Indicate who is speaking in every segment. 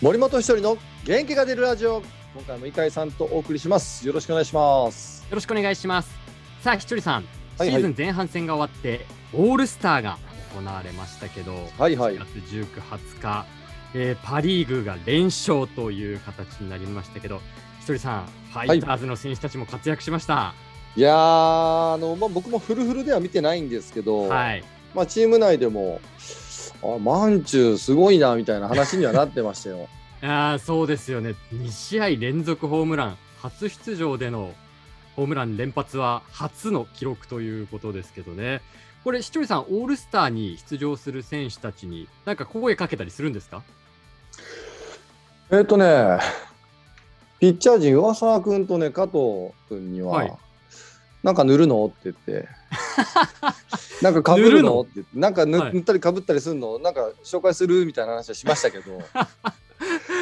Speaker 1: 森本一人の元気が出るラジオ今回も井上さんとお送りしますよろしくお願いします
Speaker 2: よろしくお願いします。さあ、ひとりさん、
Speaker 1: はいはい
Speaker 2: シーズン前半戦が終わって、オールスターが行われましたけど、
Speaker 1: はいはい
Speaker 2: 4月19、20日、えーパ・リーグが連勝という形になりましたけど、ひとりさん、ファイターズの選手たちも活躍しました。
Speaker 1: いやーあの、まあ、僕もフルフルでは見てないんですけど、
Speaker 2: はい、
Speaker 1: まあ、チーム内でもあマンチュすごいなみたいな話にはなってましたよ
Speaker 2: あーそうですよね、2試合連続ホームラン、初出場でのホームラン連発は初の記録ということですけどね。これ、ひとりさん、オールスターに出場する選手たちに、なんか声かけたりするんですか
Speaker 1: えっとねピッチャー陣上沢君とね加藤君には、
Speaker 2: はい
Speaker 1: なんか塗るのって言って なんかかぶる
Speaker 2: 塗るの
Speaker 1: のって言ってなんか塗,、
Speaker 2: はい
Speaker 1: 塗ったりかぶったりするのなんか紹介するみたいな話はしましたけど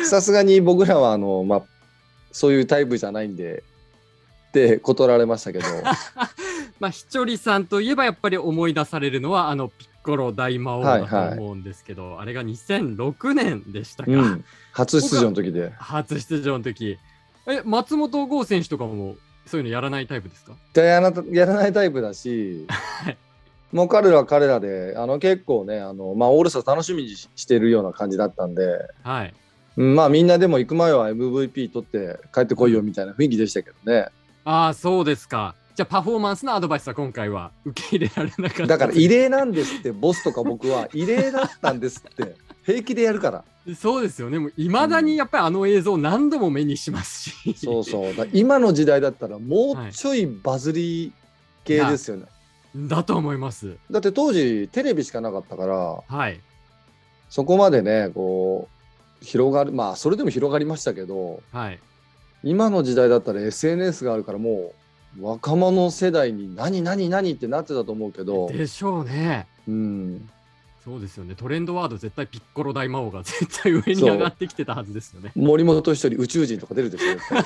Speaker 1: さすがに僕らはあの、まあ、そういうタイプじゃないんでって断られましたけ ど
Speaker 2: まあ、ひちょりさんといえばやっぱり思い出されるのはあのピッコロ大魔王だ
Speaker 1: はいはい
Speaker 2: と思うんですけど、あれが2006年でしたか、
Speaker 1: うん、初出場の時で。
Speaker 2: 初出場の時え松本剛選手とかもそういうのやらないタイプですか
Speaker 1: 絶対やらなやらないタイプだし、
Speaker 2: い
Speaker 1: もう彼らは彼らであの結構ねあの、まあ、オールスター楽しみにししてるような感じだったんで、
Speaker 2: はい
Speaker 1: うんまあ、みんなでも行く前は MVP 取って帰ってこいよみたいな雰囲気でしたけどね
Speaker 2: ああそうですかじゃあパフォーマンスのアドバイスは今回は受け入れられなかった
Speaker 1: だから異例なんですってボスとか僕は異例だったんですって平気でやるから
Speaker 2: そうですよねいまだにやっぱりあの映像何度も目にしますし
Speaker 1: そうそうだ今の時代だったらもうちょいバズり系ですよね、
Speaker 2: だと思います
Speaker 1: だって当時テレビしかなかったから
Speaker 2: はい
Speaker 1: そこまでねこう広がるまあそれでも広がりましたけど
Speaker 2: はい
Speaker 1: 今の時代だったら SNS があるからもう若者世代に何何何ってなってたと思うけど、
Speaker 2: でしょうね
Speaker 1: うん、
Speaker 2: そうですよね。トレンドワード絶対ピッコロ大魔王が絶対上に上がってきてたはずです よね。
Speaker 1: 森本一人宇宙人とか出るでしょ絶対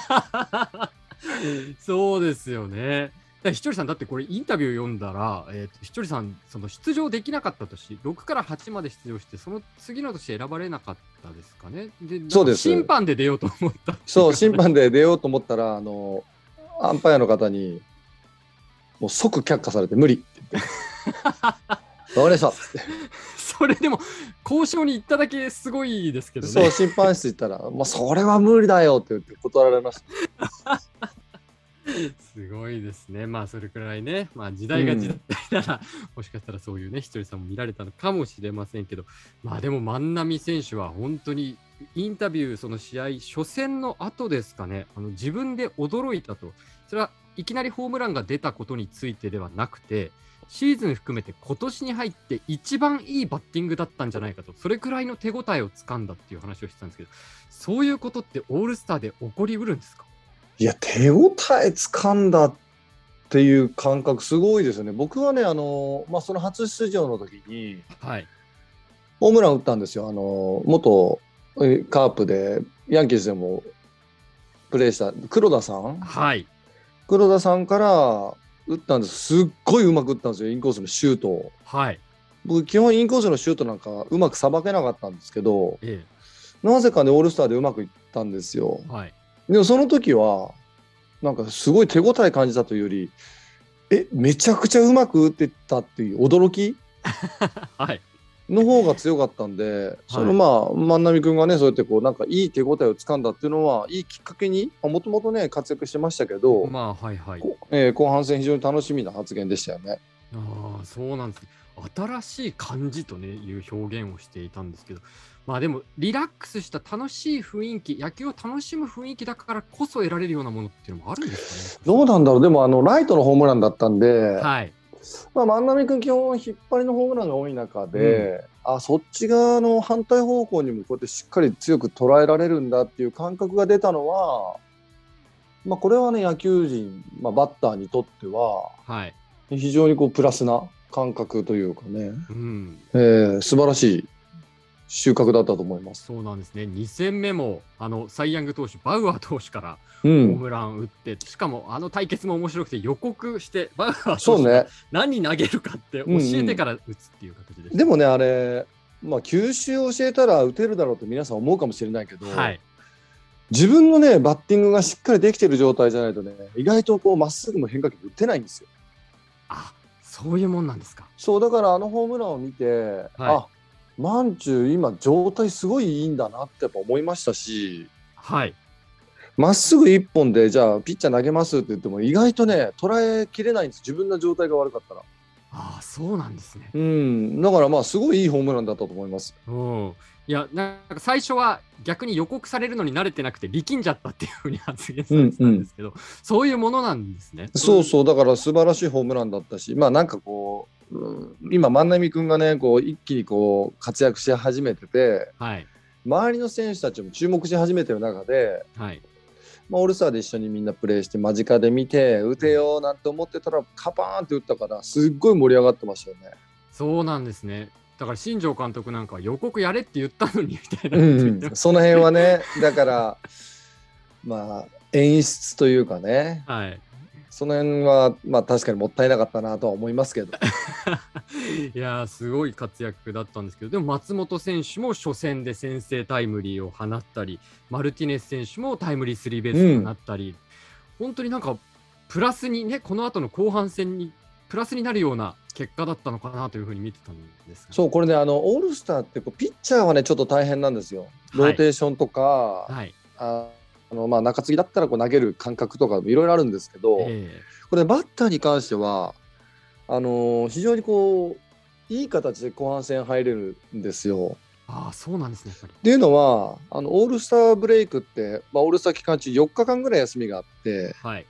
Speaker 2: そうですよね。だからひとりさんだってこれインタビュー読んだら、えーとひとりさんその出場できなかった年6から8まで出場してその次の年選ばれなかったですかね。で
Speaker 1: そうです
Speaker 2: 審判で出ようと思ったってい
Speaker 1: そう
Speaker 2: か
Speaker 1: 審判で出ようと思ったらあのアンパイアの方にもう即却下されて無理って言ってわかりましたっつっ
Speaker 2: それでも交渉に行っただけすごいですけ
Speaker 1: て
Speaker 2: ど
Speaker 1: そう
Speaker 2: ね。
Speaker 1: 審判室行ったら「まあ、それは無理だよ」って言って断られました
Speaker 2: すごいですね。まあそれくらいね、まあ時代が時代なら、 もしかしたらそういうね、ひとりさんも見られたのかもしれませんけど、まあでも万波選手は本当にインタビュー、その試合、初戦の後ですかね、あの自分で驚いたと、それはいきなりホームランが出たことについてではなくて、シーズン含めて今年に入って一番いいバッティングだったんじゃないかと、それくらいの手応えをつかんだっていう話をしてたんですけど、そういうことってオールスターで起こりうるんですか
Speaker 1: いや手応えつかんだっていう感覚すごいですよね。僕はねあの、まあ、その初出場の時に
Speaker 2: はい。
Speaker 1: ホームラン打ったんですよ。あの元えカープでヤンキースでもプレーした黒田さん
Speaker 2: はい。
Speaker 1: 黒田さんから打ったんですすっごいうまく打ったんですよインコースのシュートを。
Speaker 2: はい。
Speaker 1: 僕基本インコースのシュートなんかうまくさばけなかったんですけど
Speaker 2: ええ。
Speaker 1: なぜかねオールスターでうまくいったんですよ。
Speaker 2: はい。
Speaker 1: でもその時はなんかすごい手応え感じたというよりえめちゃくちゃうまく打ってたっていう驚き
Speaker 2: はい。
Speaker 1: の方が強かったんで、そのまあ万波君がねそうやってこうなんかいい手応えをつかんだっていうのはいいきっかけにもともとね活躍してましたけど、
Speaker 2: まあ、はいはい。
Speaker 1: こえー後半戦非常に楽しみな発言でしたよね。
Speaker 2: ああ、そうなんですね。新しい感じとね、いう表現をしていたんですけど、まあでも、リラックスした楽しい雰囲気、野球を楽しむ雰囲気だからこそ得られるようなものっていうのもあるんですかね。
Speaker 1: どうなんだろうでもあのライトのホームランだったんで、
Speaker 2: はい。
Speaker 1: まあ、万波君基本引っ張りのホームランが多い中で、あそっち側の反対方向にもこうやってしっかり強く捉えられるんだっていう感覚が出たのは、まあ、これはね野球人、まあ、バッターにとっては
Speaker 2: はい。
Speaker 1: 非常にこうプラスな感覚というかね、
Speaker 2: うん。
Speaker 1: えー素晴らしい収穫だったと思います。
Speaker 2: そうなんですね。2戦目も、あの、サイ・ヤング投手、バウアー投手から
Speaker 1: う
Speaker 2: ホー
Speaker 1: ん
Speaker 2: ムラン打って、しかも、あの対決も面白くて予告して、バウアー
Speaker 1: そ
Speaker 2: 投
Speaker 1: う
Speaker 2: 手
Speaker 1: ね
Speaker 2: が何投げるかって教えてから打つっていう形でした。
Speaker 1: でもねあれまあ、球種を教えたら打てるだろうと皆さん思うかもしれないけど、
Speaker 2: はい。
Speaker 1: 自分のね、バッティングがしっかりできてる状態じゃないとね、意外とこう、まっすぐも変化球も打てないんですよ。
Speaker 2: あ、そういうもんなんですか。
Speaker 1: そう、だからあのホームランを見て、あ、マンチュ今状態すごいいいんだなってやっぱ思いましたし、
Speaker 2: はい。
Speaker 1: まっすぐ一本で、じゃあピッチャー投げますって言っても、意外とね、捉えきれないんです。自分の状態が悪かったら。
Speaker 2: ああ、そうなんですね。
Speaker 1: うん、だからまあ、すごいいいホームランだったと思います。
Speaker 2: うん。いや、なんか最初は逆に予告されるのに慣れてなくて力んじゃったっていうふうに発言されてたんですけど、そういうものなんですね。
Speaker 1: そうそう、だから素晴らしいホームランだったし、まあなんかこう、うん今、万波君がね、こう一気にこう活躍し始めてて、
Speaker 2: うん。はい。
Speaker 1: 周りの選手たちも注目し始めてる中で、
Speaker 2: はい。
Speaker 1: まあ、オールスターで一緒にみんなプレーして、間近で見て、打てよなんて思ってたら、カパーンって打ったから、すっごい盛り上がってましたよね。
Speaker 2: そうなんですね。だから新庄監督なんかは予告やれって言ったのにみた
Speaker 1: う
Speaker 2: いなこと
Speaker 1: ん
Speaker 2: 言って
Speaker 1: う
Speaker 2: ま
Speaker 1: ん、
Speaker 2: す。
Speaker 1: その辺はね、だから、まあ、演出というかね、
Speaker 2: はい。
Speaker 1: その辺は、まあ確かにもったいなかったなとは思いますけど。
Speaker 2: いやーすごい活躍だったんですけどでも松本選手も初戦で先制タイムリーを放ったりマルティネス選手もタイムリースリーベースを放ったり、本当になんかプラスにねこの後の後半戦にプラスになるような結果だったのかなというふうに見てたんですが
Speaker 1: そうこれねあのオールスターってこうピッチャーはねちょっと大変なんですよ。ローテーションとか、
Speaker 2: はい、
Speaker 1: ああのまあ、中継ぎだったらこう投げる感覚とかいろいろあるんですけど、
Speaker 2: え
Speaker 1: これバッターに関してはあのー非常にこういい形で後半戦入れるんですよ。
Speaker 2: ーああそうなんですねやっぱり
Speaker 1: っていうのはあのオールスターブレイクって、まあ、オールスター期間中4日間ぐらい休みがあって
Speaker 2: はい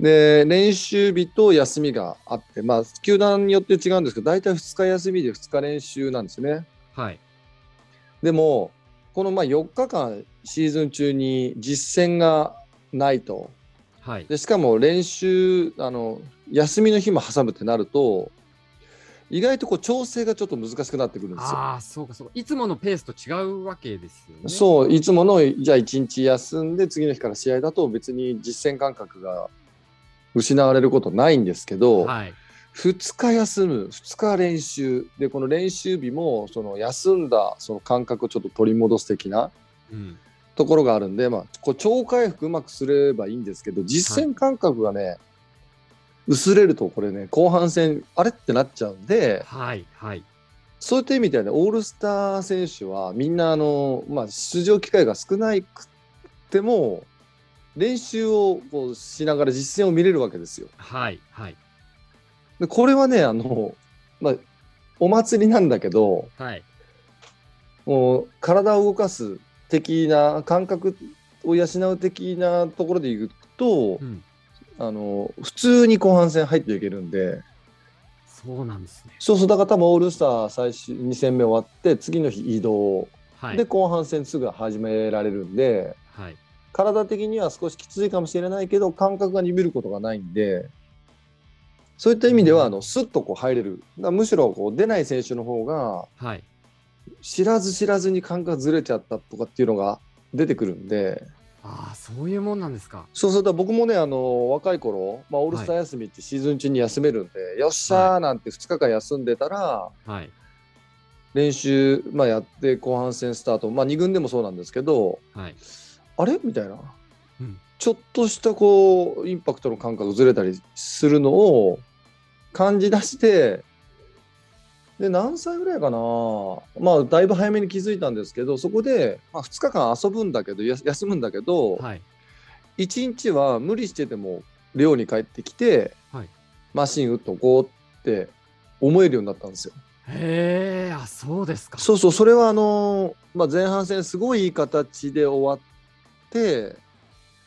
Speaker 1: で練習日と休みがあって、まあ、球団によって違うんですけど大体2日休みで2日練習なんですよね。
Speaker 2: はい
Speaker 1: でも、このまあ4日間シーズン中に実戦がないと。
Speaker 2: はい
Speaker 1: でしかも練習あの、休みの日も挟むってなると、意外とこう調整がちょっと難しくなってくるんですよ。
Speaker 2: ああそうかそうかいつものペースと違うわけですよね
Speaker 1: そう、いつもの、じゃあ1日休んで、次の日から試合だと別に実戦感覚が失われることないんですけど、
Speaker 2: はい
Speaker 1: 2日休む、2日練習、で、この練習日も、その休んだその感覚をちょっと取り戻す的な、
Speaker 2: うん
Speaker 1: ところがあるんで、まあ、こう超回復うまくすればいいんですけど実戦感覚がね、薄れるとこれね後半戦あれってなっちゃうんで
Speaker 2: はいはい
Speaker 1: そういった意味ではねオールスター選手はみんなあの、まあ、出場機会が少なくても練習をこうしながら実戦を見れるわけですよ。
Speaker 2: はいはい
Speaker 1: でこれはねあの、まあ、お祭りなんだけど
Speaker 2: はい
Speaker 1: もう体を動かす的な感覚を養う的なところでいくと、
Speaker 2: うん
Speaker 1: あの普通に後半戦入っていけるんで、
Speaker 2: そうなんですね
Speaker 1: そうそう、だから多分オールスター最終2戦目終わって、次の日移動、
Speaker 2: はい
Speaker 1: で後半戦すぐ始められるんで、
Speaker 2: はい
Speaker 1: 体的には少しきついかもしれないけど、感覚が鈍ることがないんで、そういった意味では、あのスッとこう入れる、だからむしろこう出ない選手の方が、
Speaker 2: はい
Speaker 1: 知らず知らずに感覚がずれちゃったとかっていうのが出てくるんで。
Speaker 2: ああそういうもんなんですか。
Speaker 1: そうそうだ僕もねあの若い頃、まあ、オールスター休みってシーズン中に休めるんで、よっしゃーなんて2日間休んでたら
Speaker 2: はい
Speaker 1: 練習、まあ、やって後半戦スタート、まあ、2軍でもそうなんですけど
Speaker 2: はい
Speaker 1: あれみたいな、
Speaker 2: うん
Speaker 1: ちょっとしたこうインパクトの感覚ずれたりするのを感じ出してで何歳ぐらいかな、まあ、だいぶ早めに気づいたんですけどそこで、まあ、2日間遊ぶんだけどや休むんだけど、
Speaker 2: はい
Speaker 1: 1日は無理してでも寮に帰ってきて、
Speaker 2: はい
Speaker 1: マシン打っとこうって思えるようになったんですよ。
Speaker 2: へえあそうですか。
Speaker 1: そうそうそれはあのーまあ、前半戦すごいいい形で終わって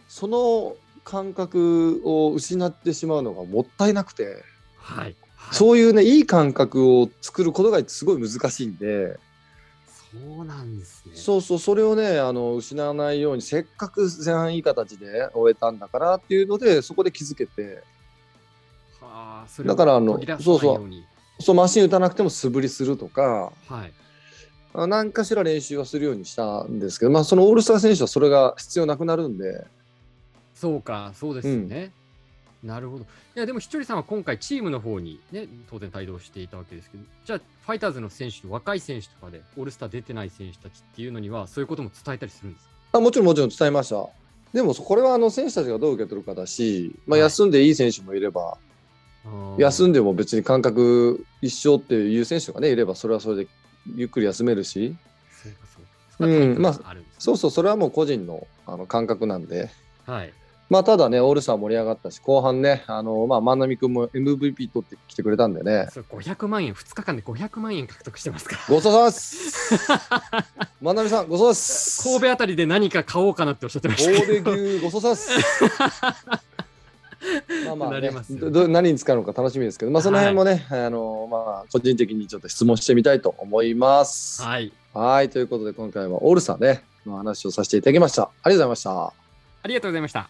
Speaker 1: その感覚を失ってしまうのがもったいなくて、
Speaker 2: はいはい
Speaker 1: そういうねいい感覚を作ることがすごい難しいんで、
Speaker 2: そうなんですね。
Speaker 1: そうそうそれをねあの失わないようにせっかく前半いい形で終えたんだからっていうのでそこで気づけて。
Speaker 2: はあそれを
Speaker 1: だからあの
Speaker 2: 途切らさないように
Speaker 1: そうマシン打たなくても素振りするとか
Speaker 2: はい
Speaker 1: あ何かしら練習はするようにしたんですけど、まあ、そのオールスター選手はそれが必要なくなるんで
Speaker 2: そうかそうですよね。なるほど。いやでもひとりさんは今回チームの方にね当然帯同していたわけですけど、じゃあフファイターズの選手と若い選手とかで、オールスター出てない選手たちっていうのには、そういうことも伝えたりするんですか
Speaker 1: あもちろんもちろん伝えました。でもそこれはあの選手たちがどう受け取るかだし、まあ、
Speaker 2: はい
Speaker 1: 休んでいい選手もいれば、休んでも別に感覚一緒っていう選手が、ね、いればそれはそれでゆっくり休めるし
Speaker 2: そうかそうか
Speaker 1: うんまあ
Speaker 2: そかあるんですね
Speaker 1: そうそうそれはもう個人のあの感覚なんで、
Speaker 2: はい。
Speaker 1: まあ、ただねオールスター盛り上がったし後半ねあの、まあ、万波君も MVP 取ってきてくれたんでね
Speaker 2: そう500万円、2日間で500万円獲得してま すから。
Speaker 1: ごちそうさまです 万波さんごちそうさま
Speaker 2: 神
Speaker 1: で
Speaker 2: 戸あたりで何か買おうかなっておっしゃってまし
Speaker 1: す
Speaker 2: たけ
Speaker 1: 神戸
Speaker 2: ど。
Speaker 1: 牛ごちそうさまですまあまあ、
Speaker 2: な
Speaker 1: ね
Speaker 2: りますよ
Speaker 1: どど何に使うのか楽しみですけど、まあ、その辺もね、あのまあ、個人的にちょっと質問してみたいと思います。
Speaker 2: はい。
Speaker 1: はい、ということで今回はオールスターね、の話をさせていただきました。ありがとうございました。
Speaker 2: ありがとうございました。